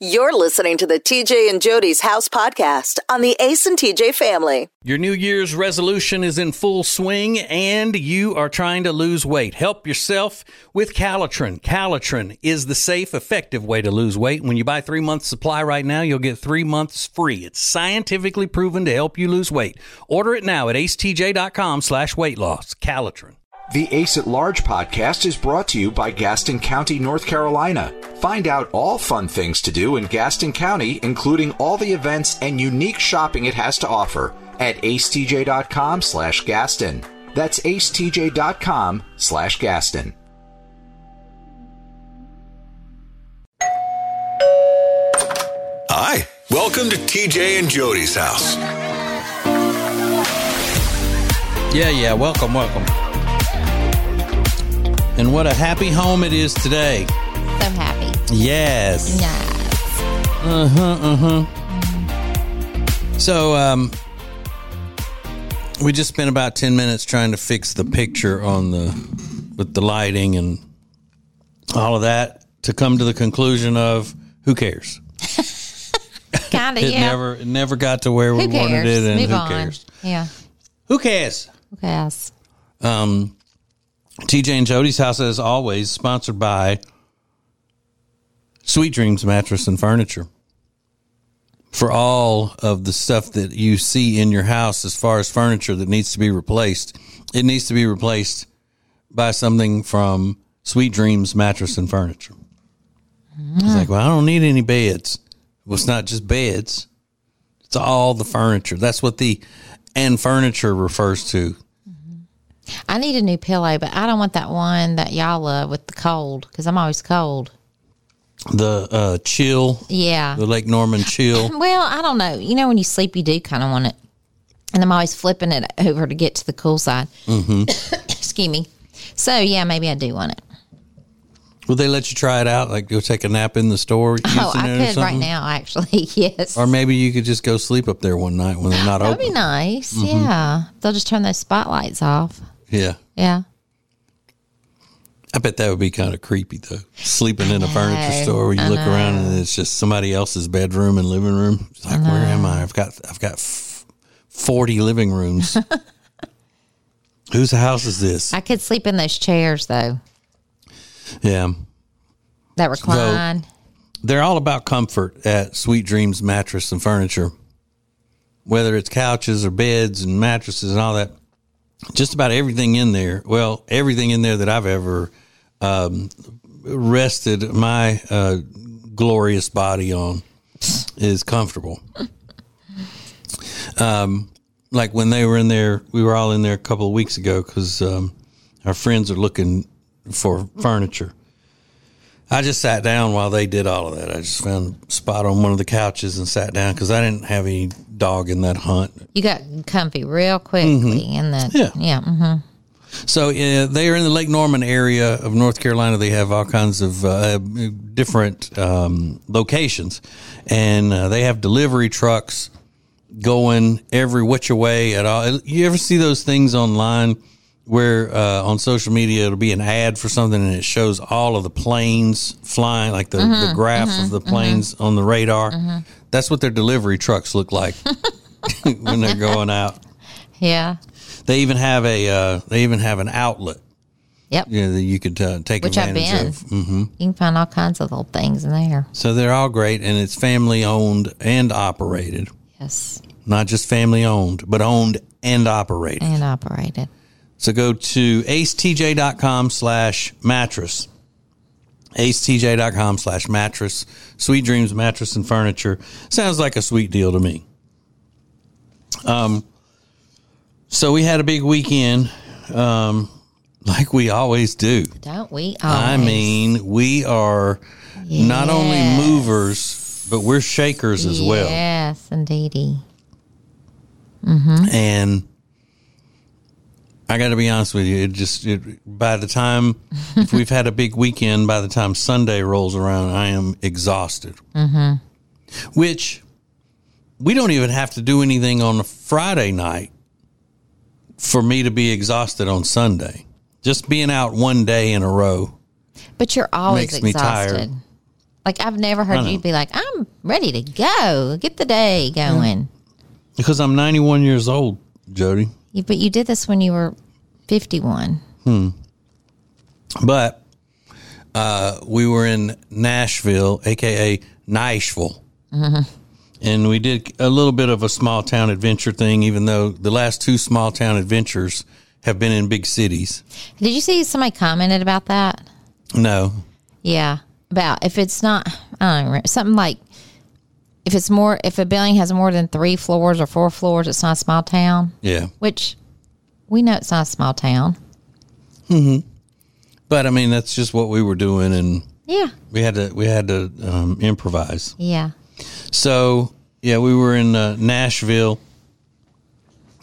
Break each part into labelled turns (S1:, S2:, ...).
S1: You're listening to the TJ and Jody's House podcast on the Ace and TJ family.
S2: Your New Year's resolution is in full swing and you are trying to lose weight. Help yourself with Calitrin. Calitrin is the safe, effective way to lose weight. When you buy three months supply right now, you'll get three months free. It's scientifically proven to help you lose weight. Order it now at acetj.com slash weight loss. Calitrin.
S3: The Ace at Large podcast is brought to you by Gaston County, North Carolina. Find out all fun things to do in Gaston County, including all the events and unique shopping it has to offer at acetj.com slash Gaston. That's acetj.com slash Gaston.
S4: Hi, welcome to TJ and Jody's house.
S2: Yeah, yeah. Welcome, welcome. And what a happy home it is today.
S5: So happy.
S2: Yes.
S5: Yeah.
S2: So, um, we just spent about 10 minutes trying to fix the picture on the, with the lighting and all of that to come to the conclusion of who cares?
S5: Kind of,
S2: It
S5: yeah.
S2: never, it never got to where we
S5: who cares?
S2: wanted it and
S5: Move
S2: who
S5: on.
S2: cares?
S5: Yeah.
S2: Who cares?
S5: Who cares?
S2: Um, TJ and Jody's house, as always, sponsored by Sweet Dreams Mattress and Furniture. For all of the stuff that you see in your house as far as furniture that needs to be replaced, it needs to be replaced by something from Sweet Dreams Mattress and Furniture. It's like, well, I don't need any beds. Well, it's not just beds. It's all the furniture. That's what the and furniture refers to.
S5: I need a new pillow, but I don't want that one that y'all love with the cold because I'm always cold.
S2: The uh, chill
S5: Yeah.
S2: the Lake Norman chill.
S5: Well, I don't know. You know, when you sleep, you do kind of want it. And I'm always flipping it over to get to the cool side. Mm-hmm. Excuse me. So, yeah, maybe I do want it.
S2: Will they let you try it out? Like go take a nap in the store?
S5: Oh,
S2: using
S5: I
S2: it or
S5: could right
S2: something?
S5: now, actually. Yes.
S2: Or maybe you could just go sleep up there one night when they're not
S5: That'd
S2: open.
S5: be nice.
S2: Mm-hmm.
S5: Yeah. They'll just turn those spotlights off.
S2: Yeah.
S5: Yeah.
S2: I bet that would be kind of creepy though. Sleeping in a furniture
S5: know,
S2: store where you
S5: I
S2: look around and it's just somebody else's bedroom and living room. It's like, where am I? I've got I've got f- 40 living rooms. Whose house is this?
S5: I could sleep in those chairs, though,
S2: yeah.
S5: that recline.
S2: They're all about comfort at Sweet Dreams Mattress and Furniture. Whether it's couches or beds and mattresses and all that, just about everything in there. Well, everything in there that I've ever um, rested my uh, glorious body on is comfortable. um, like when they were in there, we were all in there a couple of weeks ago because um, our friends are looking for furniture. I just sat down while they did all of that. I just found a spot on one of the couches and sat down because I didn't have any dog in that hunt.
S5: You got comfy real quickly in the
S2: Mm-hmm. Yeah.
S5: yeah. hmm
S2: So uh, they are in the Lake Norman area of North Carolina. They have all kinds of uh, different um, locations, and uh, they have delivery trucks going every which way at all. Uh, You ever see those things online where uh, on social media it'll be an ad for something and it shows all of the planes flying, like the, the graph of the planes on the radar? That's what their delivery trucks look like when they're going out.
S5: Yeah.
S2: They even have a uh, they even have an outlet
S5: Yep.
S2: you know, that you could uh, take
S5: Which I've
S2: advantage
S5: been.
S2: of. Mm.
S5: You can find all kinds of little things in there.
S2: So they're all great, and it's family owned and operated.
S5: Yes.
S2: Not just family owned, but owned and operated.
S5: And operated.
S2: So go to acetj.com slash mattress. acetj.com slash mattress. Sweet Dreams Mattress and Furniture. Sounds like a sweet deal to me. Um, so we had a big weekend, um, like we always do.
S5: Don't we? Always?
S2: I mean, we are not only
S5: Yes.
S2: movers, but we're shakers as well.
S5: Yes, indeedy.
S2: And I got to be honest with you, it just it, by the time if we've had a big weekend, by the time Sunday rolls around, I am exhausted. Mm-hmm. Which we don't even have to do anything on a Friday night for me to be exhausted on Sunday. Just being out one day in a row
S5: But you're always
S2: Makes me tired.
S5: exhausted. Like I've never
S2: I
S5: heard
S2: know.
S5: you be like, I'm ready to go. Get the day going.
S2: because I'm 91 years old, Jody.
S5: You, but you did this when you were 51.
S2: But uh, we were in Nashville, aka Nashville, and we did a little bit of a small town adventure thing. Even though the last two small town adventures have been in big cities,
S5: Did you see somebody commented about that?
S2: no,
S5: Yeah, about if it's not, I don't remember, something like if it's more, if a building has more than three floors or four floors, it's not a small town.
S2: yeah,
S5: Which we know it's not a small town.
S2: but I mean that's just what we were doing, and
S5: Yeah,
S2: we had to we had to um, improvise.
S5: yeah.
S2: So yeah, we were in uh, Nashville.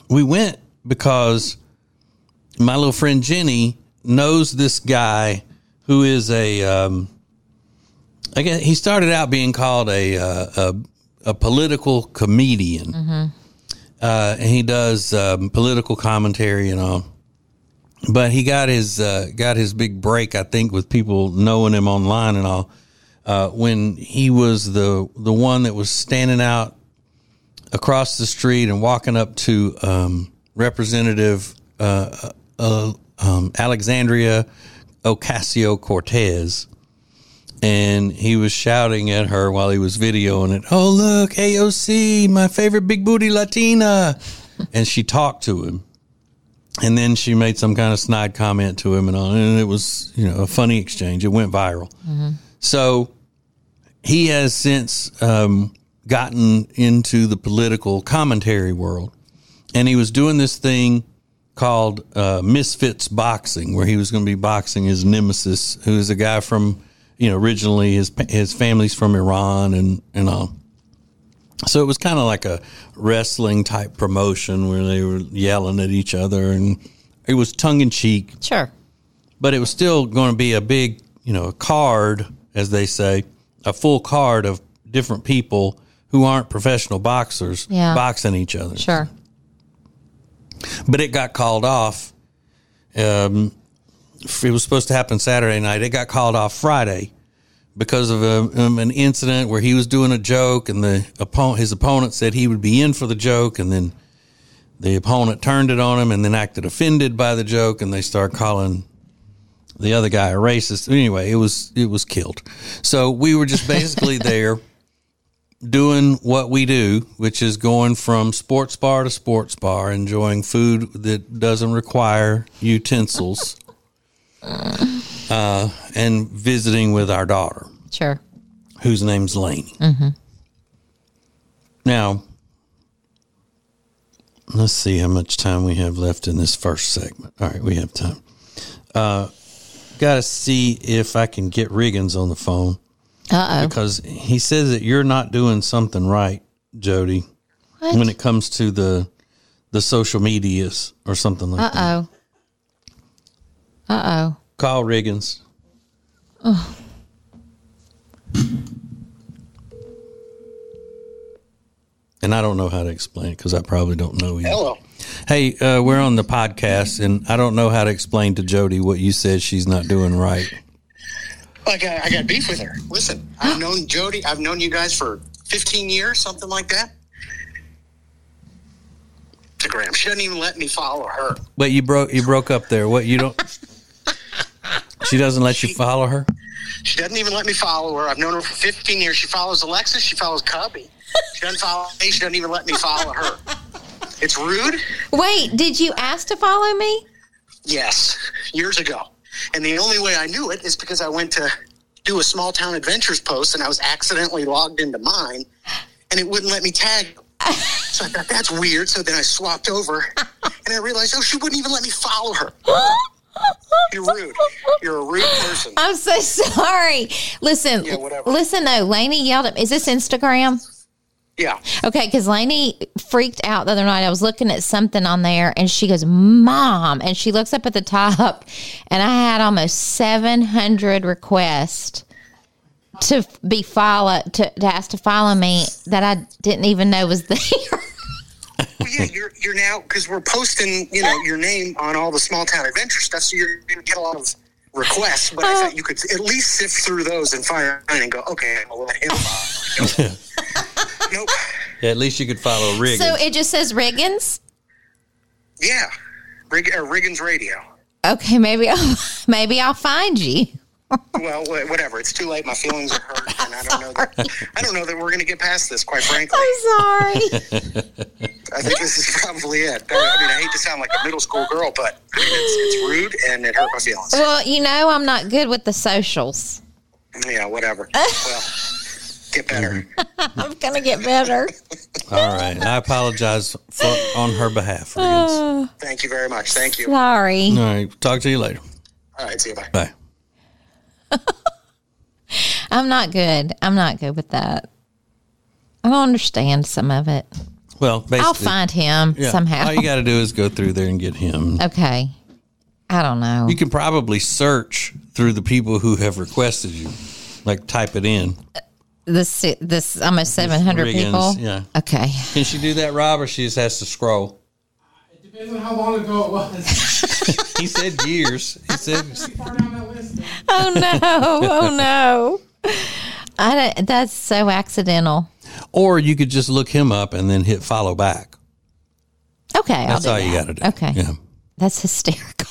S2: We went because my little friend Jenny knows this guy who is a. Um, I guess he started out being called a uh, a, a political comedian, uh, and he does um, political commentary and all. But he got his uh, got his big break, I think, with people knowing him online and all uh, when he was the the one that was standing out across the street and walking up to um, Representative uh, uh, um, Alexandria Ocasio Cortez, and he was shouting at her while he was videoing it. Oh look, AOC, my favorite big booty Latina, and she talked to him. And then she made some kind of snide comment to him, and all, and it was you know a funny exchange. It went viral. So he has since um, gotten into the political commentary world. And he was doing this thing called uh, Misfits Boxing, where he was going to be boxing his nemesis, who is a guy from, you know, originally his, his family's from Iran and, and all. So it was kind of like a wrestling type promotion where they were yelling at each other and it was tongue in cheek
S5: Sure.
S2: but it was still going to be a big, you know, a card, as they say, a full card of different people who aren't professional boxers
S5: Yeah.
S2: boxing each other.
S5: Sure.
S2: But it got called off. Um, it was supposed to happen Saturday night. It got called off Friday because of a, um, an incident where he was doing a joke and the opponent, his opponent said he would be in for the joke and then the opponent turned it on him and then acted offended by the joke and they start calling the other guy a racist. Anyway, it was it was killed. So we were just basically there doing what we do, which is going from sports bar to sports bar, enjoying food that doesn't require utensils, uh, and visiting with our daughter,
S5: Sure.
S2: whose name's Lainey. Now, let's see how much time we have left in this first segment. All right, we have time. Uh, Got to see if I can get Riggins on the phone
S5: Uh oh.
S2: because he says that you're not doing something right, Jody,
S5: What?
S2: when it comes to the the social medias or something like
S5: Uh
S2: that.
S5: oh. Uh oh.
S2: Call Riggins. And I don't know how to explain it because I probably don't know either.
S6: Hello.
S2: Hey, uh, we're on the podcast, and I don't know how to explain to Jody what you said she's not doing right.
S6: Like I, I got beef with her. Listen, I've known Jody. I've known you guys for 15 years, something like that. Instagram. She doesn't even let me follow her.
S2: But you broke you broke up there. What you don't? she doesn't let you follow her.
S6: She doesn't even let me follow her. I've known her for 15 years. She follows Alexis. She follows Cubby. She doesn't follow me. She doesn't even let me follow her. It's rude.
S5: Wait, did you ask to follow me?
S6: Yes, years ago. And the only way I knew it is because I went to do a small town adventures post and I was accidentally logged into mine and it wouldn't let me tag. them. so I thought that's weird. So then I swapped over and I realized, oh, she wouldn't even let me follow her. You're rude. You're a rude person.
S5: I'm so sorry. Listen,
S6: Yeah, whatever.
S5: listen though. Laney yelled at me. Is this Instagram?
S6: Yeah.
S5: Okay, because Lainey freaked out the other night. I was looking at something on there and she goes, Mom. And she looks up at the top and I had almost 700 requests to f- be follow to, to ask to follow me that I didn't even know was there.
S6: Well, yeah, you're, you're now, because we're posting, you know, your name on all the small town adventure stuff. So you're going to get a lot of requests, but I thought you could at least sift through those and find mine and go, okay, I'll let him. Nope. nope.
S2: At least you could follow Riggins.
S5: So it just says Riggins.
S6: Yeah. Rig- uh, Riggins Radio.
S5: Okay, maybe I'll, maybe I'll find you.
S6: Well, wha- whatever. It's too late. My feelings are hurt, and I don't know. That, I don't know that we're going to get past this. Quite frankly,
S5: Oh, I'm sorry.
S6: I think this is probably it. I, I mean, I hate to sound like a middle school girl, but I mean, it's, it's rude and it hurt my feelings.
S5: well, you know I'm not good with the socials.
S6: Yeah, whatever. Well, get better.
S5: I'm gonna get better.
S2: All right. I apologize for, on her behalf, Riggins.
S6: Thank you very much. Thank you.
S5: Sorry.
S2: All right. Talk to you later.
S6: All right, see you. Bye.
S2: Bye.
S5: I'm not good. I'm not good with that. I don't understand some of it.
S2: Well, basically,
S5: I'll find him
S2: yeah,
S5: somehow.
S2: All you got to do is go through there and get him.
S5: okay. I don't know.
S2: You can probably search through the people who have requested you, like type it in.
S5: This this almost 700
S2: Riggins,
S5: people.
S2: yeah.
S5: Okay.
S2: Can she do that, Rob, or she just has to scroll?
S7: It depends on how long ago it was.
S2: He said years. He said
S7: Far down that list.
S5: Oh no. Oh no. I don't, that's so accidental.
S2: Or you could just look him up and then hit follow back.
S5: Okay.
S2: That's
S5: I'll
S2: all
S5: do
S2: you
S5: that.
S2: got to do.
S5: Okay.
S2: Yeah.
S5: That's hysterical.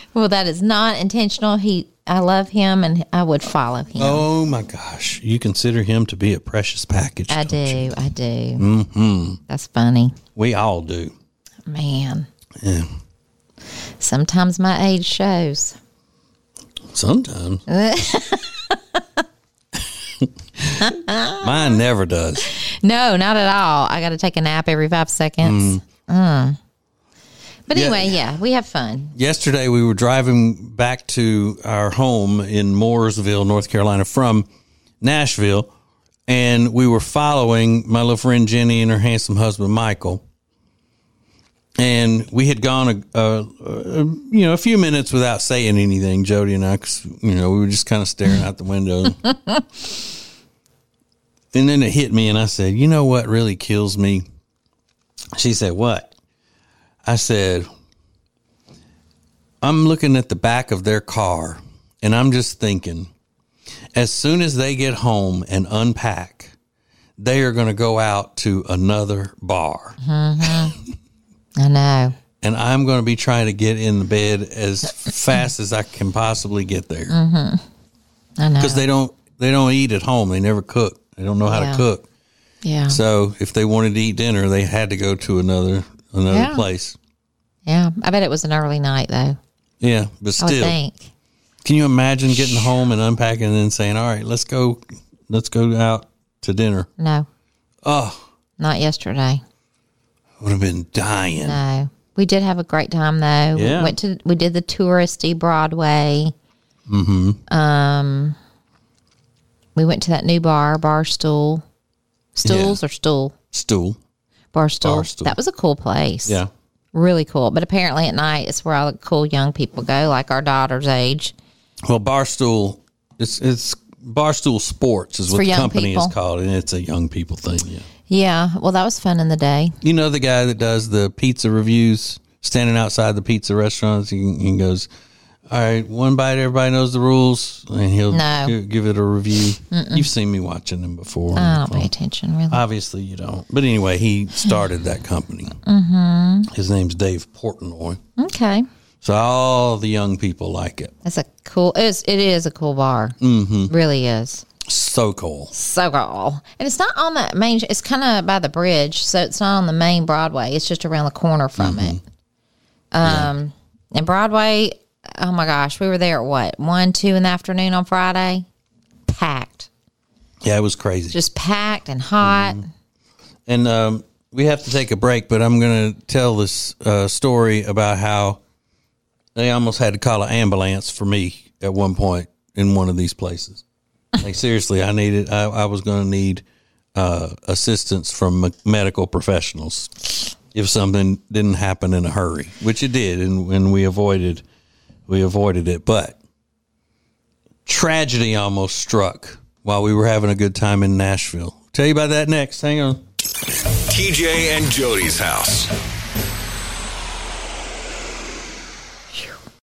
S5: well, that is not intentional. He, I love him, and I would follow him.
S2: Oh my gosh. You consider him to be a precious package.
S5: I
S2: don't
S5: do,
S2: you?
S5: I do. Mm-hmm. That's funny,
S2: We all do.
S5: man.
S2: Yeah.
S5: Sometimes my age shows.
S2: Sometimes. Mine never does.
S5: No, not at all. I got to take a nap every five seconds. Mm. But
S2: Yeah.
S5: anyway, yeah, we have fun.
S2: yesterday we were driving back to our home in Mooresville, North Carolina from Nashville, and we were following my little friend Jenny and her handsome husband Michael. And we had gone a, a, a you know a few minutes without saying anything, Jody and I, 'cause, you know we were just kind of staring out the window. and then it hit me, and I said, "You know what really kills me?" She said, "What?" I said, I'm looking at the back of their car and I'm just thinking, as soon as they get home and unpack, they are going to go out to another bar.
S5: Mm-hmm. I know.
S2: And I'm going to be trying to get in the bed as fast as I can possibly get there.
S5: Mm-hmm. I know.
S2: Because they don't they don't eat at home. They never cook. They don't know how
S5: Yeah. Mm-hmm.
S2: to cook.
S5: Yeah.
S2: So if they wanted to eat dinner, they had to go to another another
S5: Yeah.
S2: place.
S5: yeah. I bet it was an early night though.
S2: Yeah, but
S5: I would
S2: still,
S5: think.
S2: Can you imagine getting home and unpacking and then saying, "All right, let's go, let's go out to dinner."
S5: No,
S2: Oh,
S5: not yesterday.
S2: I would have been dying.
S5: No, we did have a great time though.
S2: Yeah.
S5: We went to we did the touristy Broadway. Mm-hmm. Um,
S2: Mm-hmm.
S5: we went to that new bar, Bar Stool, Stools or Stool,
S2: Stool.
S5: Bar Stool.
S2: Barstool.
S5: That was a cool place.
S2: Yeah.
S5: really cool. But apparently at night, it's where all the cool young people go, like our daughter's age.
S2: Well, Barstool. It's it's Barstool Sports is what
S5: for
S2: the
S5: young
S2: company
S5: people.
S2: is called, and it's a young people thing. Yeah.
S5: Yeah, well, that was fun in the day.
S2: You know the guy that does the pizza reviews, standing outside the pizza restaurants. He, he goes, "All right, one bite. Everybody knows the rules," and he'll
S5: No.
S2: gi- give it a review. You've seen me watching him before. on
S5: I
S2: the
S5: don't pay
S2: phone.
S5: attention really.
S2: Obviously, you don't. But anyway, he started that company. Mm-hmm. His name's Dave Portnoy.
S5: okay,
S2: So all the young people like it.
S5: that's a cool. It is, it is a cool bar. Mm-hmm. Really is.
S2: So cool.
S5: so cool. And it's not on the main. It's kind of by the bridge, so it's not on the main Broadway. It's just around the corner from
S2: Mm-hmm.
S5: it. Um, and Broadway. Oh my gosh, we were there at what one, two in the afternoon on Friday. Packed,
S2: Yeah, it was crazy.
S5: just packed and hot.
S2: Mm-hmm. and um, we have to take a break, but I'm going to tell this uh, story about how they almost had to call an ambulance for me at one point in one of these places. Like seriously, I needed. I, I was going to need uh, assistance from me- medical professionals if something didn't happen in a hurry, which it did, and, and we avoided we avoided it. But tragedy almost struck while we were having a good time in Nashville. Tell you about that next. Hang on.
S4: TJ and Jody's house.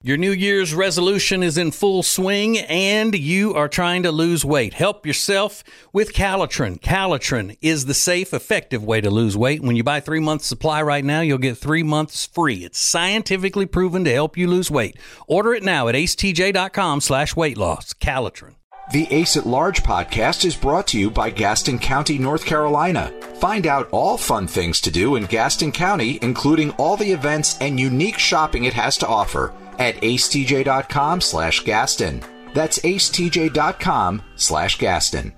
S2: Your New Year's resolution is in full swing and you are trying to lose weight. Help yourself with Calitrin. Calitrin is the safe, effective way to lose weight. When you buy three months supply right now, you'll get three months free. It's scientifically proven to help you lose weight. Order it now at acetj.com slash weight loss. Calitrin.
S3: The Ace at Large podcast is brought to you by Gaston County, North Carolina. Find out all fun things to do in Gaston County, including all the events and unique shopping it has to offer at acetj.com slash Gaston. That's acetj.com slash Gaston.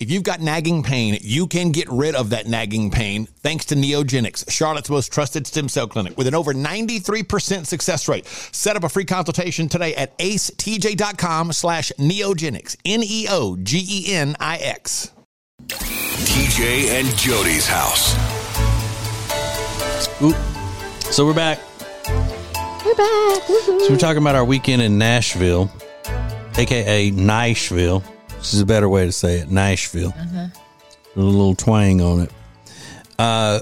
S8: If you've got nagging pain, you can get rid of that nagging pain thanks to Neogenics, Charlotte's most trusted stem cell clinic with an over 93% success rate. Set up a free consultation today at acetj.com slash neogenics, E N-E-O-G-E-N-I-X.
S4: TJ and Jody's house.
S2: Oop. So we're back.
S5: We're back.
S2: So we're talking about our weekend in Nashville, aka Nashville, which is a better way to say it, Nashville.
S5: Uh-huh.
S2: With A little twang on it. Uh,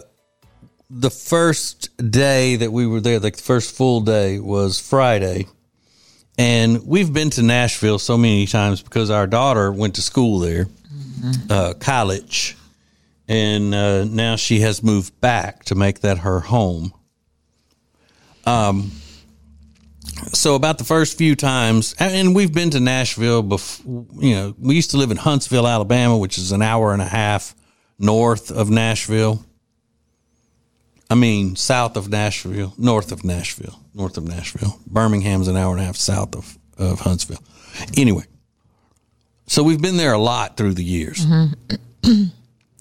S2: the first day that we were there, like the first full day, was Friday, and we've been to Nashville so many times because our daughter went to school there,
S5: Mm-hmm.
S2: uh, college, and uh, now she has moved back to make that her home. so about the first few times and- and we've been to nashville before you know we used to live in huntsville alabama which is an hour and a half north of nashville i mean south of nashville north of nashville north of nashville birmingham's an hour and a half south of, of huntsville anyway so we've been there a lot through the years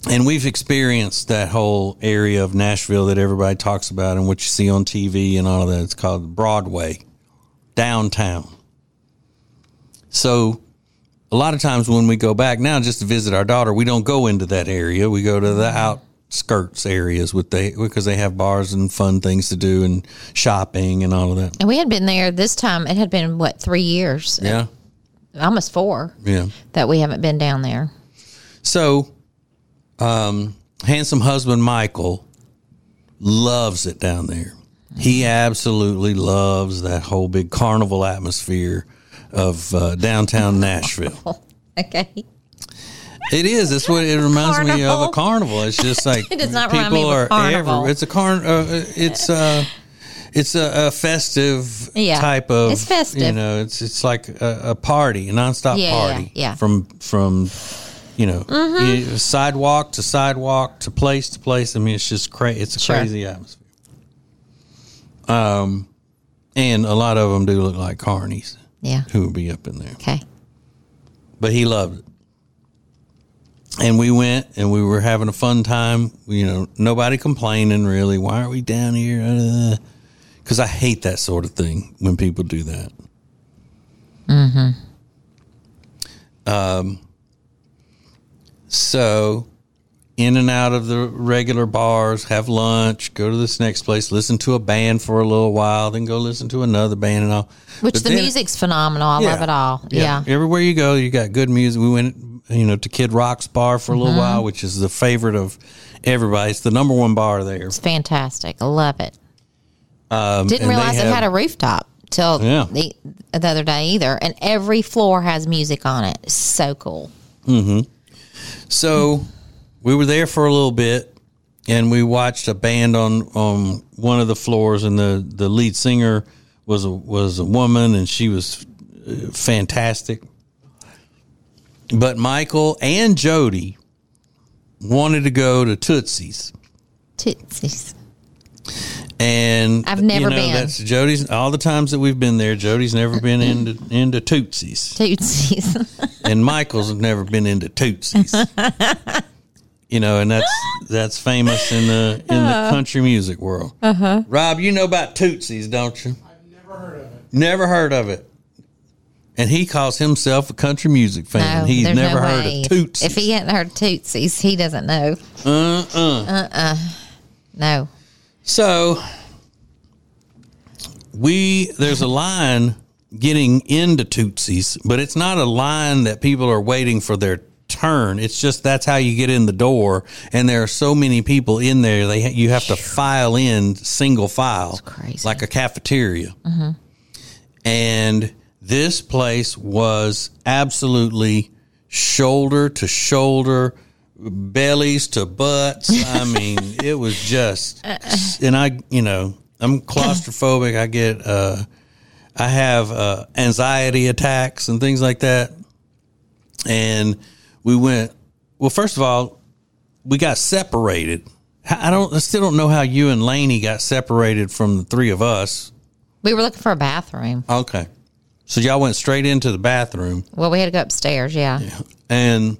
S2: and we've experienced that whole area of nashville that everybody talks about and what you see on tv and all of that it's called broadway downtown. So a lot of times when we go back now just to visit our daughter, we don't go into that area. We go to the outskirts areas with they because they have bars and fun things to do and shopping and all of that.
S5: And we had been there this time. It had been, what, three years?
S2: Yeah.
S5: Almost four
S2: Yeah.
S5: that we haven't been down there.
S2: So um handsome husband Michael loves it down there. He absolutely loves that whole big carnival atmosphere of uh, downtown Nashville.
S5: Okay.
S2: It is. That's what it reminds me of
S5: Carnival.
S2: a carnival. It's just like
S5: It does not remind me of a carnival.
S2: It's a carn. Uh, it's uh, it's a, a festive
S5: Yeah.
S2: type of.
S5: It's festive.
S2: You know, it's it's like a, a party, a nonstop
S5: Yeah,
S2: party.
S5: yeah, Mm-hmm. yeah.
S2: From from, you know, you- sidewalk to sidewalk to place to place. I mean, it's just crazy. It's a
S5: Sure.
S2: crazy atmosphere. Um, and a lot of them do look like carnies
S5: Yeah.
S2: who would be up in there
S5: Okay.
S2: but he loved it. And we went and we were having a fun time. You know, nobody complaining really. Why aren't we down here? Because I hate that sort of thing when people do that. Mm-hmm. Um, Um, so, in and out of the regular bars, have lunch, go to this next place, listen to a band for a little while, then go listen to another band and all.
S5: Which
S2: But
S5: the
S2: then-
S5: music's phenomenal. I love
S2: yeah.
S5: it all. Yeah.
S2: Everywhere you go, you got good music. We went, you know, to Kid Rock's bar for a little while, which is the favorite of everybody. It's the number one bar there.
S5: It's fantastic. I love it.
S2: Um,
S5: Didn't
S2: and they
S5: realize it
S2: have-
S5: had a rooftop till
S2: Yeah.
S5: the, the other day either. And every floor has music on it. So cool.
S2: So we were there for a little bit, and we watched a band on on one of the floors, and the the lead singer was a was a woman, and she was uh, fantastic. But Michael and Jody wanted to go to Tootsie's.
S5: Tootsies.
S2: And
S5: I've never
S2: you know,
S5: been.
S2: That's Jody's. All the times that we've been there, Jody's never been into into tootsies,
S5: Tootsies.
S2: and Michael's never been into tootsies. you know, and that's that's famous in the in
S5: Uh-huh.
S2: the country music world. Uh-huh. Rob, you know about tootsies, don't you?
S7: I've never heard of it.
S2: Never heard of it. And he calls himself a country music fan.
S5: no,
S2: He's
S5: there's
S2: never
S5: no
S2: heard
S5: way.
S2: of tootsies.
S5: If he hadn't heard of Tootsies, he doesn't know.
S2: uh-uh.
S5: No.
S2: So we there's a line getting into Tootsie's, but it's not a line that people are waiting for their turn. It's just that's how you get in the door, and there are so many people in there. They you have to file in single file,
S5: crazy.
S2: like a cafeteria. And this place was absolutely shoulder to shoulder, bellies to butts. I mean, it was just, and I, you know, I'm claustrophobic. I get, uh, I have uh, anxiety attacks and things like that. And we went, well, first of all, we got separated. I I don't, I still don't know how you and Laney got separated from the three of us.
S5: We were looking for a bathroom.
S2: Okay. So y'all went straight into the bathroom.
S5: Well, we had to go upstairs. Yeah.
S2: And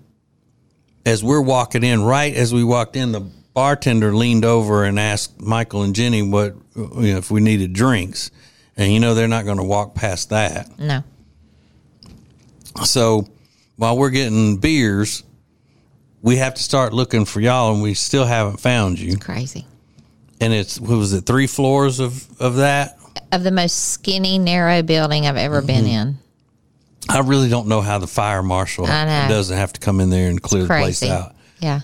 S2: as we're walking in, right as we walked in, the bartender leaned over and asked Michael and Jenny what you know, if we needed drinks. And you know they're not going to walk past that.
S5: No.
S2: So while we're getting beers, we have to start looking for y'all, and we still haven't found you.
S5: Crazy.
S2: And it's what was it? Three floors of of that.
S5: Of the most skinny, narrow building I've ever
S2: Mm-hmm.
S5: been in.
S2: I really don't know how the fire marshal
S5: I know.
S2: doesn't have to come in there and clear the place
S5: Crazy.
S2: out.
S5: Yeah.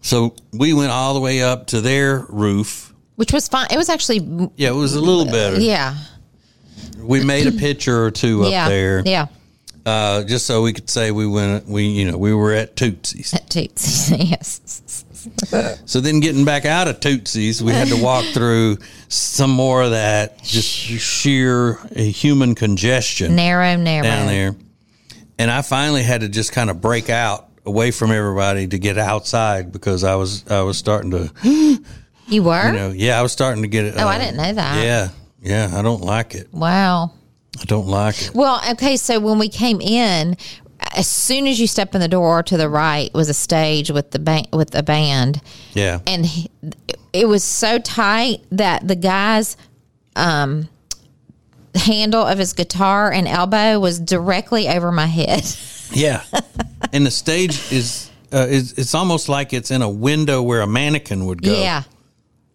S2: So we went all the way up to their roof.
S5: Which was fine. It was actually,
S2: Yeah, it was a little better.
S5: Uh, yeah.
S2: We made a picture or two up
S5: yeah.
S2: there,
S5: Yeah.
S2: uh, just so we could say we went. We you know we were at Tootsie's.
S5: At Toots. yes.
S2: So then getting back out of Tootsie's, we had to walk through some more of that just sheer uh, human congestion
S5: Narrow, narrow.
S2: down there. And I finally had to just kind of break out away from everybody to get outside because I was I was starting to
S5: You were?
S2: you know yeah I was starting to get it. uh,
S5: Oh, I didn't know that.
S2: Yeah, yeah, I don't like it.
S5: Wow.
S2: I don't like it.
S5: Well, okay. So when we came in, as soon as you step in the door to the right was a stage with the ban- with a band,
S2: Yeah,
S5: and he, it was so tight that the guy's um, handle of his guitar and elbow was directly over my head.
S2: yeah. and the stage is. Uh, is it's almost like it's in a window where a mannequin would go.
S5: Yeah,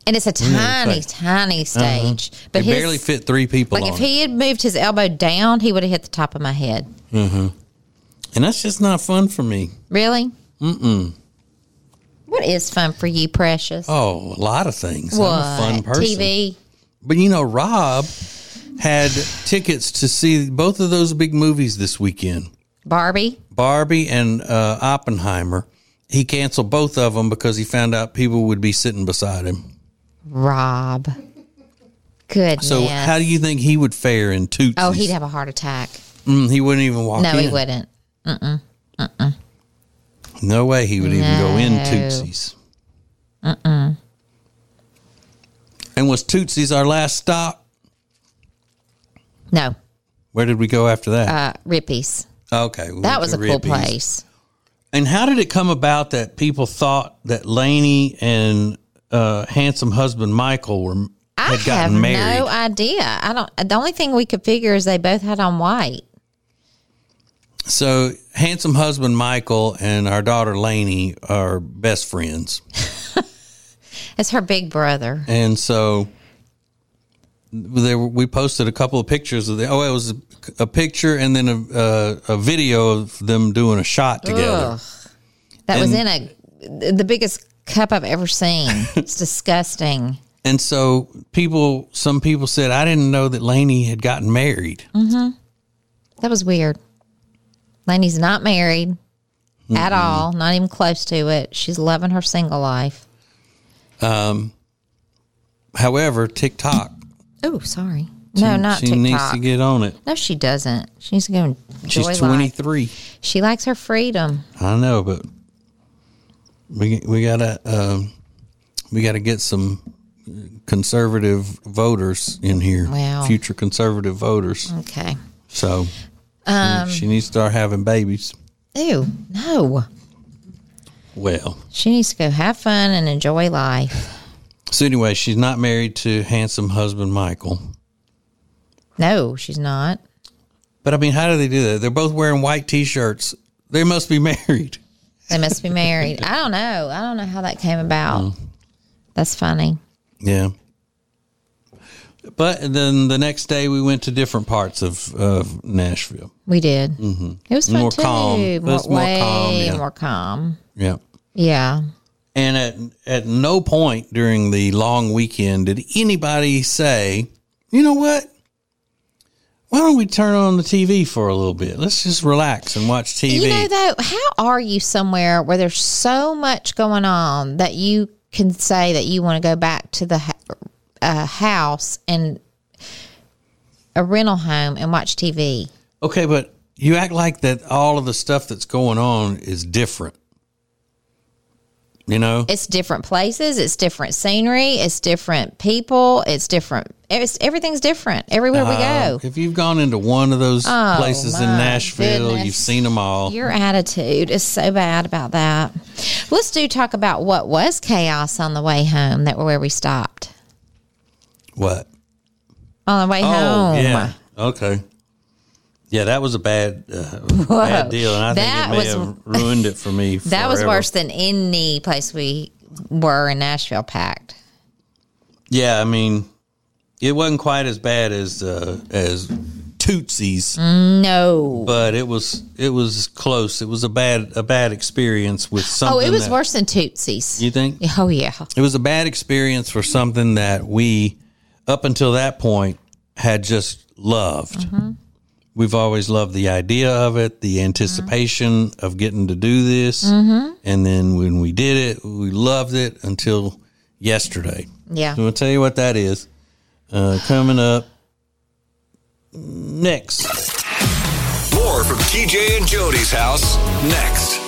S5: and it's a tiny,
S2: thanks.
S5: tiny stage, but
S2: it
S5: his-
S2: barely fit three people.
S5: Like
S2: on
S5: if
S2: it.
S5: he had moved his elbow down, he would have hit the top of my head.
S2: And that's just not fun for me.
S5: Really? Mm mm. What is fun for you, precious?
S2: Oh, a lot of things.
S5: what?
S2: I'm a fun person.
S5: TV.
S2: But you know, Rob had tickets to see both of those big movies this weekend
S5: Barbie.
S2: Barbie and uh, Oppenheimer. He canceled both of them because he found out people would be sitting beside him.
S5: Rob. Goodness.
S2: So, how do you think he would fare in Tootsies?
S5: oh, he'd have a heart attack.
S2: Mm, he wouldn't even walk
S5: No,
S2: in.
S5: he wouldn't.
S2: No way he would even go in Tootsie's.
S5: Uh-uh.
S2: Mm-mm. And was Tootsie's our last stop?
S5: No.
S2: Where did we go after that?
S5: Uh, Rippies.
S2: okay. we
S5: That
S2: went
S5: was
S2: to
S5: a cool
S2: Rippy's.
S5: place.
S2: And how did it come about that people thought that Lainey and uh, handsome husband Michael were
S5: I
S2: had
S5: have
S2: gotten married?
S5: no idea. I don't. The only thing we could figure is they both had on white.
S2: so handsome husband Michael and our daughter Lainey are best friends,
S5: It's her big brother.
S2: and so there we posted a couple of pictures of the. Oh, it was a, a picture and then a, a a video of them doing a shot together.
S5: Ugh. That was in
S2: And-
S5: a the biggest cup I've ever seen. it's disgusting.
S2: And so people, some people said, I didn't know that Lainey had gotten married.
S5: That was weird. Laney's not married at all, not even close to it. She's loving her single life.
S2: However, TikTok.
S5: Oh, sorry. No, not
S2: she
S5: TikTok.
S2: needs to get on it.
S5: no, she doesn't. She needs to go enjoy
S2: She's
S5: life.
S2: 23.
S5: She likes her freedom.
S2: I know, but we we gotta um, we gotta get some conservative voters in here,
S5: Wow.
S2: future conservative voters.
S5: Okay.
S2: So
S5: Um,
S2: she, she needs to start having babies.
S5: Ew, no.
S2: Well,
S5: She needs to go have fun and enjoy life.
S2: so anyway, she's not married to handsome husband Michael.
S5: No, she's not.
S2: But I mean, how do they do that? They're both wearing white t-shirts. They must be married.
S5: They must be married. I don't know. I don't know how that came about. That's funny.
S2: Yeah. But then the next day we went to different parts of, of Nashville.
S5: We did. It was
S2: Mm-hmm.
S5: fun
S2: More
S5: too.
S2: calm. It was more
S5: way
S2: calm, yeah.
S5: more calm.
S2: Yeah.
S5: Yeah.
S2: And at at no point during the long weekend did anybody say, you know what? Why don't we turn on the TV for a little bit? Let's just relax and watch TV.
S5: You know, though, how are you somewhere where there's so much going on that you can say that you want to go back to the ho- uh, house and a rental home and watch TV?
S2: okay, but you act like that all of the stuff that's going on is different. You know?
S5: It's different places, it's different scenery, it's different people, it's different. It's everything's different everywhere we go.
S2: If you've gone into one of those places in
S5: Oh, my
S2: Nashville,
S5: goodness.
S2: you've seen them all.
S5: Your attitude is so bad about that. Let's do talk about what was chaos on the way home that where we stopped
S2: What?
S5: on the way
S2: Oh,
S5: home.
S2: yeah. Okay. Yeah, that was a bad, uh, bad deal, and I
S5: That
S2: think it may
S5: was-
S2: have ruined it for me.
S5: That was
S2: forever.
S5: worse than any place we were in Nashville packed.
S2: Yeah, I mean, it wasn't quite as bad as uh, as Tootsie's,
S5: Mm. No.
S2: but it was it was close. It was a bad a bad experience with something.
S5: Oh, it was
S2: that-
S5: worse than Tootsie's.
S2: You think?
S5: Oh, yeah.
S2: It was a bad experience for something that we, up until that point, had just loved.
S5: Mm-hmm.
S2: We've always loved the idea of it, the anticipation of getting to do this.
S5: Mm-hmm.
S2: And then when we did it, we loved it until yesterday.
S5: Yeah.
S2: So I'll tell you what that is uh, coming up next.
S4: More from TJ and Jody's house next.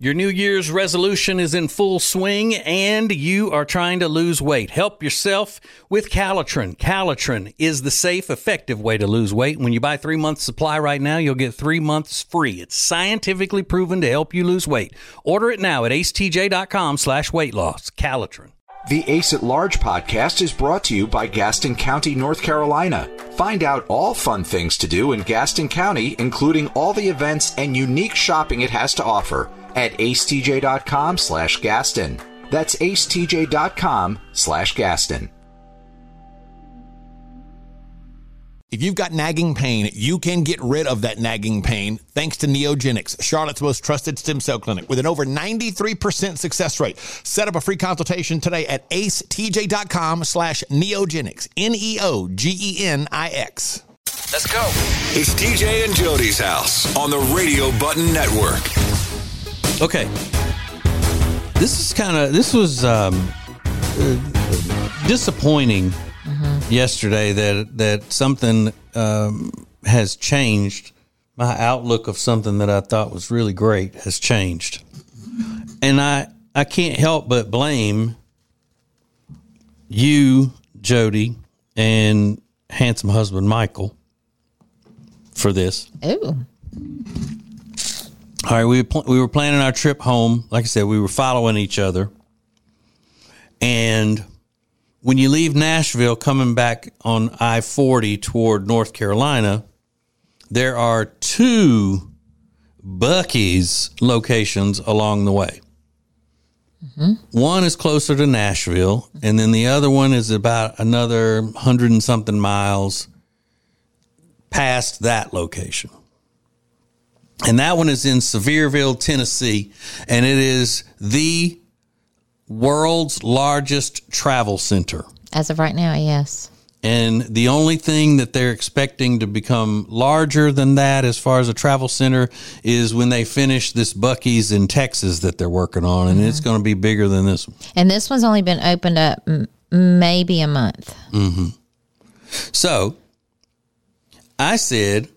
S2: Your New Year's resolution is in full swing and you are trying to lose weight. Help yourself with Calitrin. Calitrin is the safe, effective way to lose weight. When you buy three months supply right now, you'll get three months free. It's scientifically proven to help you lose weight. Order it now at acetj.com slash weight loss. Calitrin.
S3: The Ace at Large podcast is brought to you by Gaston County, North Carolina. Find out all fun things to do in Gaston County, including all the events and unique shopping it has to offer at acetj.com slash Gaston. That's acetj.com slash Gaston.
S8: If you've got nagging pain, you can get rid of that nagging pain thanks to Neogenics, Charlotte's most trusted stem cell clinic with an over 93% success rate. Set up a free consultation today at acetj.com slash neogenics, E N-E-O-G-E-N-I-X.
S4: Let's go. It's TJ and Jody's house on the Radio Button Network.
S2: Okay. This is kind of this was um, uh, disappointing yesterday that that something um, has changed. My outlook of something that I thought was really great has changed, and I I can't help but blame you, Jody, and handsome husband Michael for this.
S5: Ooh.
S2: All right, we pl- we were planning our trip home. Like I said, we were following each other. And when you leave Nashville, coming back on I forty toward North Carolina, there are two Bucky's locations along the way. One is closer to Nashville, and then the other one is about another hundred and something miles past that location. And that one is in Sevierville, Tennessee, and it is the world's largest travel center.
S5: As of right now, yes.
S2: And the only thing that they're expecting to become larger than that, as far as a travel center, is when they finish this Bucky's in Texas that they're working on, and it's going to be bigger than this one.
S5: And this one's only been opened up m- maybe a month.
S2: So I said,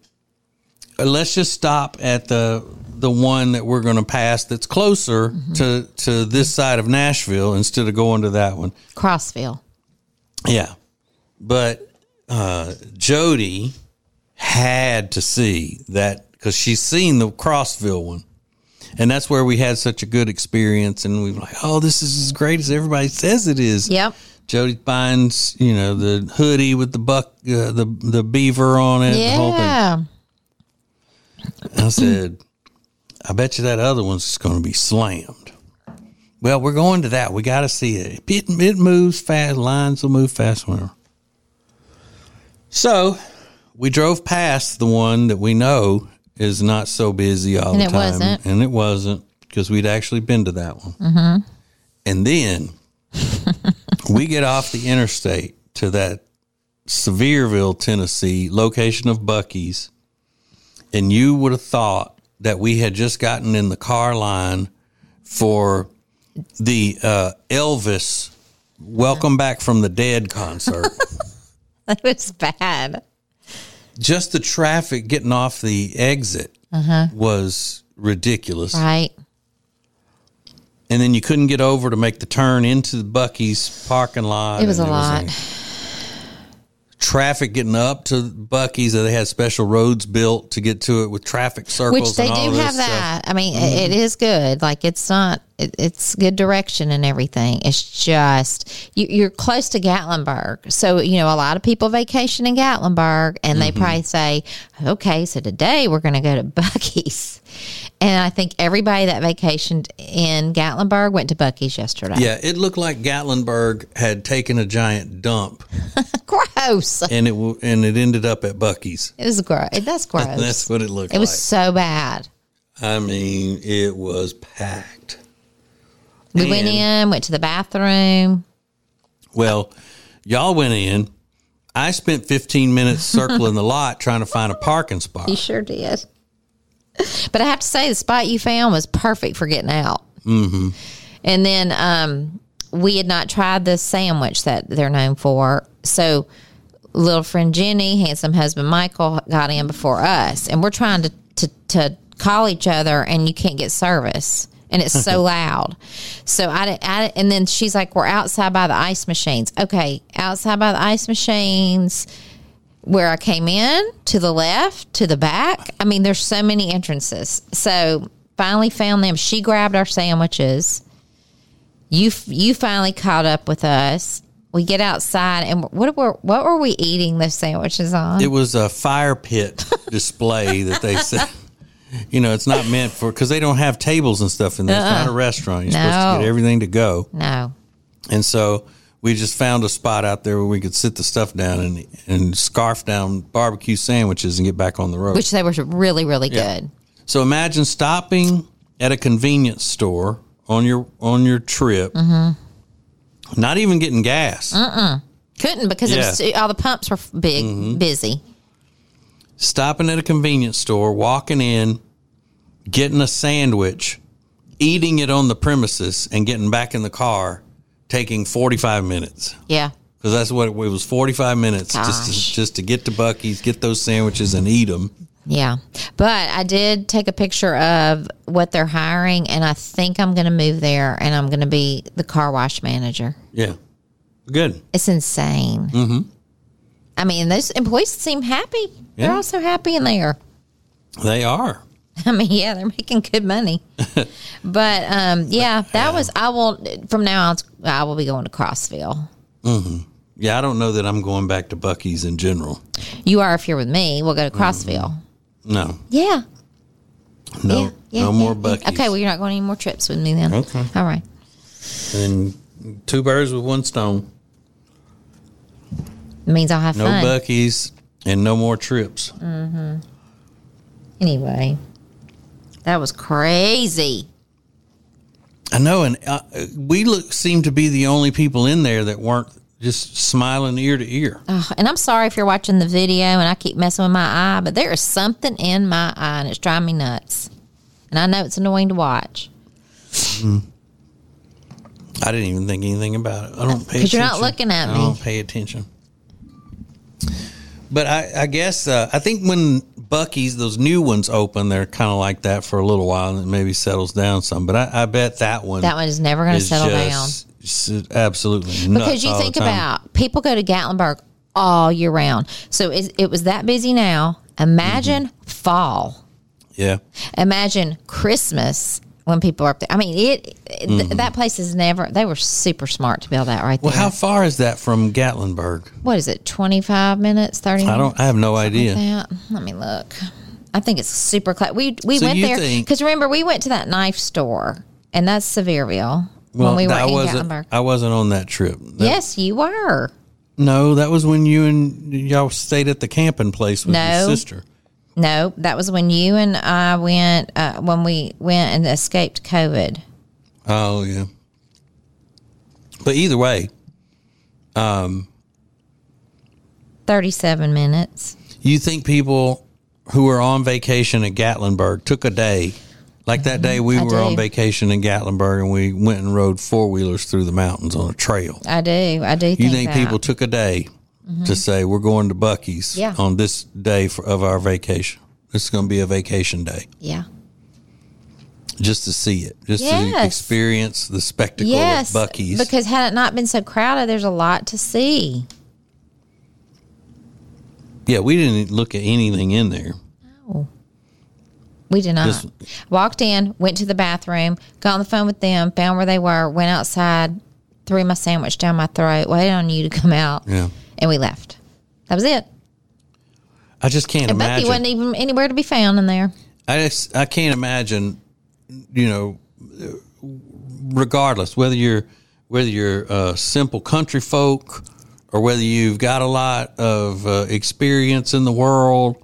S2: uh, let's just stop at the the one that we're going to pass that's closer to to this side of Nashville instead of going to that one.
S5: Crossville.
S2: Yeah. But uh, Jody had to see that because she's seen the Crossville one. And that's where we had such a good experience. And we were like, oh, this is as great as everybody says it is.
S5: Yep.
S2: Jody finds, you know, the hoodie with the buck, uh, the the beaver on it. The whole thing.
S5: Yeah.
S2: I said, I bet you that other one's just going to be slammed. Well, we're going to that. We got to see it. it. It moves fast. Lines will move fast. Whenever. So, we drove past the one that we know is not so busy all
S5: And
S2: the
S5: it
S2: time,
S5: wasn't.
S2: and it wasn't because we'd actually been to that one.
S5: Mm-hmm.
S2: And then we get off the interstate to that Sevierville, Tennessee location of Bucky's, and you would have thought that we had just gotten in the car line for the uh, Elvis Welcome Back from the Dead concert.
S5: It was bad.
S2: just the traffic getting off the exit was ridiculous.
S5: Uh-huh. Right.
S2: And then you couldn't get over to make the turn into the Bucky's parking lot.
S5: It was
S2: and
S5: a lot.
S2: a- traffic getting up to Bucky's. They had special roads built to get to it with traffic circles.
S5: Which they
S2: and all
S5: do
S2: this
S5: have
S2: stuff. Mm-hmm.
S5: that. I mean, it, it is good. Like it's not. It, it's good direction and everything. It's just you, you're close to Gatlinburg, so you know a lot of people vacation in Gatlinburg,
S2: Mm-hmm.
S5: and they probably say, "Okay, so today we're going to go to Bucky's." And I think everybody that vacationed in Gatlinburg went to Bucky's yesterday.
S2: Yeah, it looked like Gatlinburg had taken a giant dump,
S5: Gross.
S2: and it w- and it ended up at Bucky's.
S5: It was gross. That's gross.
S2: That's what it looked
S5: it was
S2: like.
S5: so bad.
S2: I mean, it was packed.
S5: We went in, went to the bathroom.
S2: Well, y'all went in. I spent 15 minutes circling the lot trying to find a parking spot.
S5: You sure did. But I have to say, the spot you found was perfect for getting out. Mm-hmm. And then um, we had not tried the sandwich that they're known for. So little friend Jenny, handsome husband Michael, got in before us, and we're trying to to, to call each other, and you can't get service. And it's so loud. So I, di- I, di- and then she's like, we're outside by the ice machines. Okay, outside by the ice machines where I came in, to the left, to the back. I mean, there's so many entrances. So finally found them. She grabbed our sandwiches. You f- you finally caught up with us. We get outside and what were what were we eating those sandwiches on?
S2: It was a fire pit display that they said. You know, it's not meant for because they don't have tables and stuff in there. It's not a restaurant. You're supposed to
S5: Uh-uh. No.
S2: get everything to go.
S5: no.
S2: And so we just found a spot out there where we could sit the stuff down and and scarf down barbecue sandwiches and get back on the road.
S5: Which they were really, really good.
S2: So imagine stopping at a convenience store on your on your trip, not even getting gas.
S5: Couldn't because it was
S2: Yeah. Mm-hmm.
S5: too, all the pumps were f- big, busy.
S2: Stopping at a convenience store, walking in, getting a sandwich, eating it on the premises, and getting back in the car, taking forty five minutes
S5: Yeah.
S2: because that's what it, was forty five minutes just
S5: Gosh.
S2: to, just to get to Bucky's, get those sandwiches, and eat them.
S5: Yeah. But I did take a picture of what they're hiring, and I think I'm going to move there and I'm going to be the car wash manager.
S2: Yeah, good.
S5: It's insane. Mm-hmm. I mean, those employees seem happy. They're
S2: Yeah.
S5: all so happy in there.
S2: They are.
S5: I mean, yeah, they're making good money. but um, yeah, that was, I will, from now on, I will be going to Crossville.
S2: Yeah, I don't know that I'm going back to Bucky's in general.
S5: You are, if you're with me, we'll go to Crossville.
S2: No, no,
S5: Yeah. yeah, yeah,
S2: Mm-hmm. no
S5: yeah,
S2: more
S5: yeah.
S2: Bucky's.
S5: Okay, well, you're not going any more trips with me then.
S2: Okay.
S5: All right.
S2: And two birds with one stone.
S5: It means I'll have
S2: No
S5: fun. Mm.
S2: Bucky's and no more trips.
S5: Anyway, that was crazy.
S2: I know, and uh, we look seem to be the only people in there that weren't just smiling ear to ear.
S5: Ugh, And I'm sorry if you're watching the video and I keep messing with my eye, but there is something in my eye and it's driving me nuts. And I know it's annoying to watch
S2: I didn't even think anything about it. I don't pay attention.
S5: 'Cause you're not looking at
S2: I
S5: me.
S2: don't pay attention. But I, I guess uh, I think when Bucky's those new ones open, they're kind of like that for a little while, and it maybe settles down some. But I, I bet that one
S5: that one is never going to
S2: is
S5: settle
S2: just s- absolutely nuts
S5: down because you
S2: all the
S5: think
S2: time.
S5: about people go to Gatlinburg all year round, so it, it was that busy. Now imagine
S2: Mm-hmm.
S5: fall,
S2: yeah.
S5: imagine Christmas when people are up there. I mean, it th- that place is never. They were super smart to build that right
S2: Mm-hmm. Well,
S5: there.
S2: how far is that from Gatlinburg?
S5: what is it? Twenty five minutes, thirty.
S2: I don't. I have no idea.
S5: that. Let me look. I think it's super close. We we
S2: So
S5: went
S2: you
S5: there
S2: think-
S5: because remember we went to that knife store and that's Sevierville, when we were
S2: I
S5: in
S2: wasn't.
S5: Gatlinburg.
S2: I wasn't on that trip. That-
S5: yes, you were.
S2: No, that was when you and y'all stayed at the camping place with
S5: No.
S2: your sister.
S5: No, that was when you and I went uh, when we went and escaped COVID.
S2: Oh yeah. But either way,
S5: Thirty-seven minutes.
S2: you think people who are on vacation at Gatlinburg took a day, like that day we
S5: I
S2: were
S5: do.
S2: on vacation in Gatlinburg and we went and rode four wheelers through the mountains on a trail.
S5: I do. I do. Think
S2: You think
S5: that. Mm-hmm.
S2: people took a day to say we're going to Bucky's
S5: Yeah.
S2: on this day for, of our vacation? This is going to be a vacation day,
S5: yeah.
S2: just to see it, just to
S5: Yes.
S2: experience the spectacle
S5: Yes.
S2: of Bucky's.
S5: Because had it not been so crowded, there's a lot to see.
S2: yeah, we didn't look at anything in there.
S5: We did not.
S2: This-
S5: Walked in, went to the bathroom, got on the phone with them, found where they were, went outside, threw my sandwich down my throat, waited on you to come out,
S2: Yeah,
S5: and we left. That was it.
S2: I just can't
S5: And
S2: imagine.
S5: Bucky wasn't even anywhere to be found in there.
S2: I just, I can't imagine, you know, regardless whether you're whether you're uh, simple country folk or whether you've got a lot of uh, experience in the world,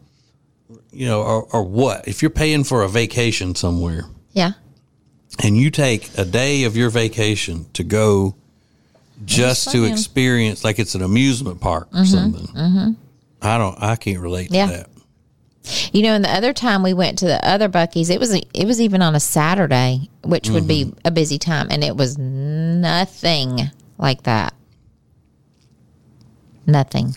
S2: you know, or, or what. If you're paying for a vacation somewhere
S5: Yeah.
S2: and you take a day of your vacation to go just to
S5: saying.
S2: experience, like it's an amusement park or something, I don't, I can't relate
S5: Yeah.
S2: to that.
S5: You know, and the other time we went to the other Bucky's, it was it was even on a Saturday, which would be
S2: Mm-hmm.
S5: a busy time, and it was nothing like that. Nothing.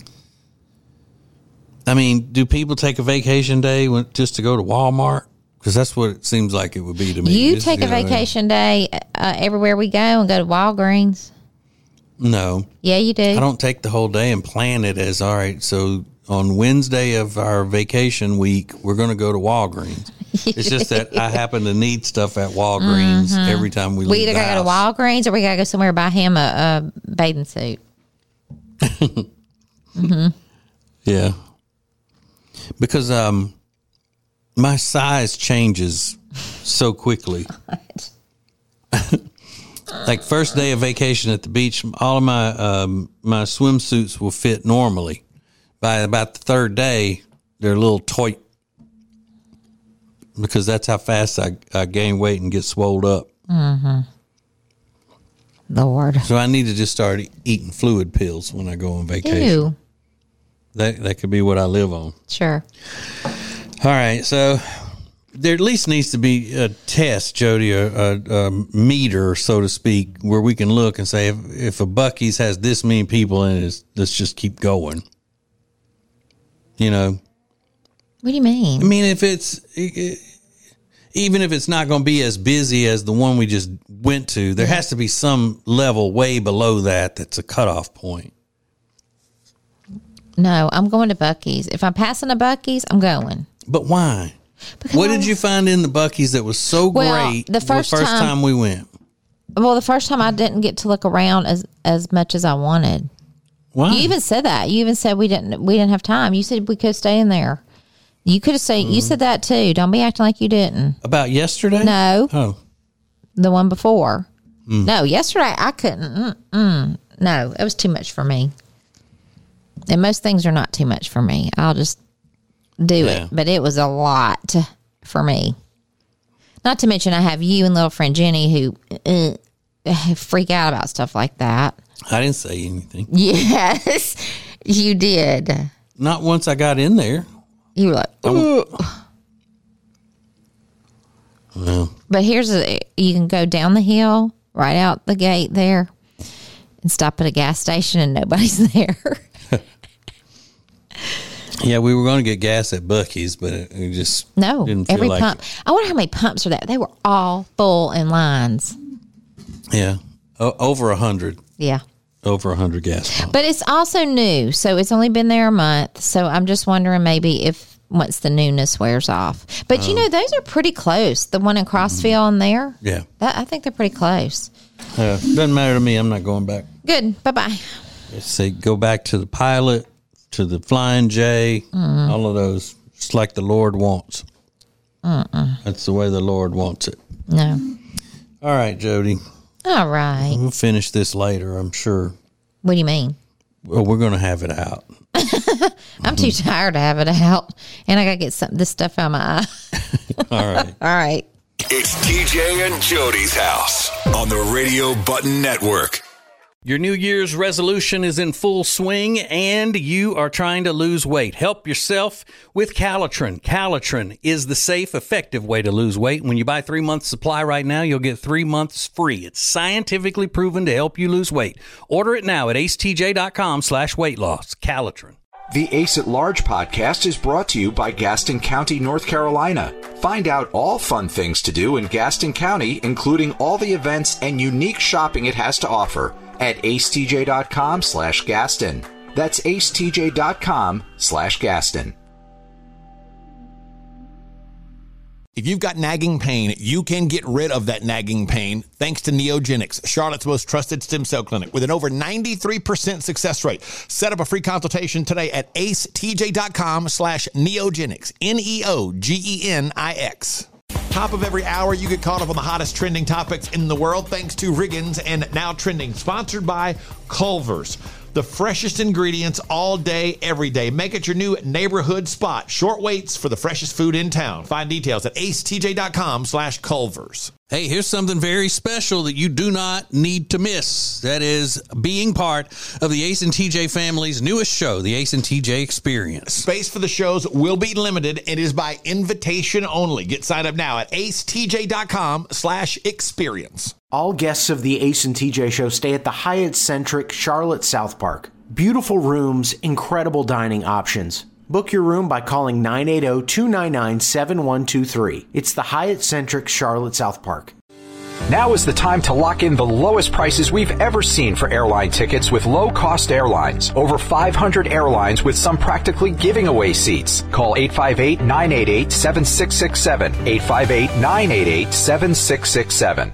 S2: I mean, do people take a vacation day when, just to go to Walmart? Because that's what it seems like it would be to me.
S5: You
S2: It's,
S5: take a
S2: know,
S5: vacation day uh, everywhere we go and go to Walgreens.
S2: No,
S5: Yeah, you do.
S2: I don't take the whole day and plan it as all right. So on Wednesday of our vacation week, we're going to go to Walgreens. it's just that I happen to need stuff at Walgreens every time we,
S5: Mm-hmm. we
S2: leave.
S5: either
S2: the
S5: gotta go to
S2: house.
S5: Walgreens or we gotta go somewhere and buy him a, a bathing suit.
S2: Yeah. Because um my size changes so quickly. like first day of vacation at the beach, all of my um my swimsuits will fit normally. By about the third day, they're a little tight. Because that's how fast I, I gain weight and get swolled up.
S5: Lord,
S2: So I need to just start eating fluid pills when I go on vacation.
S5: ew.
S2: That that could be what I live on.
S5: Sure.
S2: All right, so there at least needs to be a test, Jody, a, a, a meter, so to speak, where we can look and say if, if a Bucky's has this many people in it, let's just keep going. You know,
S5: What do you mean?
S2: I mean, if it's e, even if it's not going to be as busy as the one we just went to, there has to be some level way below that that's a cutoff point.
S5: No, I'm going to Bucky's. If I'm passing a Bucky's, I'm going.
S2: But why?
S5: Because
S2: What
S5: I
S2: did
S5: was-
S2: you find in the Bucky's that was so
S5: Well,
S2: great
S5: the first time-
S2: time we went?
S5: Well, the first time I didn't get to look around as as much as I wanted.
S2: Why?
S5: You even said that. You even said we didn't we didn't have time. You said we could stay in there. You could have said
S2: Mm.
S5: you said that too. Don't be acting like you didn't.
S2: About yesterday?
S5: No.
S2: Oh,
S5: the one before. No, yesterday I couldn't. Mm-mm. No, it was too much for me. And most things are not too much for me. I'll just do
S2: Yeah.
S5: it. But it was a lot for me. Not to mention, I have you and little friend Jenny who uh, freak out about stuff like that.
S2: I didn't say anything.
S5: Yes, you did.
S2: Not once I got in there.
S5: You were like, "Ugh."
S2: Well,
S5: But here's a, you can go down the hill right out the gate there and stop at a gas station and nobody's there.
S2: yeah, we were going to get gas at Bucky's, but it, it just
S5: no,
S2: didn't feel
S5: every
S2: like
S5: pump. I wonder how many pumps are that. They were all full in lines.
S2: it. Yeah, o- over a hundred,
S5: Yeah.
S2: over a hundred gas pumps.
S5: But it's also new, so it's only been there a month. So I'm just wondering maybe if once the newness wears off. But you know, those are pretty close. The one in Crossville and there.
S2: Oh. Mm-hmm. Yeah,
S5: That, I think they're pretty close.
S2: uh, doesn't matter to me. I'm not going back.
S5: Good. Bye bye.
S2: Let's see, go back to the pilot, to the Flying J,
S5: Mm.
S2: all of those. It's like the Lord wants. That's the way the Lord wants it.
S5: No.
S2: All right, Jody.
S5: All right.
S2: We'll finish this later, I'm sure.
S5: What do you mean?
S2: Well, we're going to have it out.
S5: I'm too
S2: Mm-hmm.
S5: tired to have it out, and I gotta get some this stuff out of my eye.
S2: All right.
S5: All right.
S4: It's DJ and Jody's house on the Radio Button Network.
S2: Your New Year's resolution is in full swing and you are trying to lose weight. Help yourself with Calitrin. Calitrin is the safe, effective way to lose weight. When you buy three months supply right now, you'll get three months free. It's scientifically proven to help you lose weight. Order it now at acetj.com slash weight loss. Calitrin.
S3: The Ace at Large podcast is brought to you by Gaston County, North Carolina. Find out all fun things to do in Gaston County, including all the events and unique shopping it has to offer at acetj.com slash Gaston. That's acetj.com slash Gaston.
S8: If you've got nagging pain, you can get rid of that nagging pain thanks to Neogenics, Charlotte's most trusted stem cell clinic with an over 93% success rate. Set up a free consultation today at acetj.com slash neogenics, E N-E-O-G-E-N-I-X. Top of every hour, you get caught up on the hottest trending topics in the world thanks to Riggins and Now Trending, sponsored by Culver's. The freshest ingredients all day, every day. Make it your new neighborhood spot. Short waits for the freshest food in town. Find details at acetj.com slash Culver's.
S2: Hey, here's something very special that you do not need to miss. That is being part of the Ace and TJ family's newest show, the Ace and TJ Experience.
S8: Space for the shows will be limited. It is by invitation only. Get signed up now at acetj.com slash experience.
S9: All guests of the Ace and TJ show stay at the Hyatt Centric Charlotte South Park. Beautiful rooms, incredible dining options. Book your room by calling oh, 980 299 7123. It's the Hyatt Centric Charlotte South Park.
S3: Now is the time to lock in the lowest prices we've ever seen for airline tickets with low cost airlines. Over 500 airlines with some practically giving away seats. Call 858 988 7667. 858 988 7667.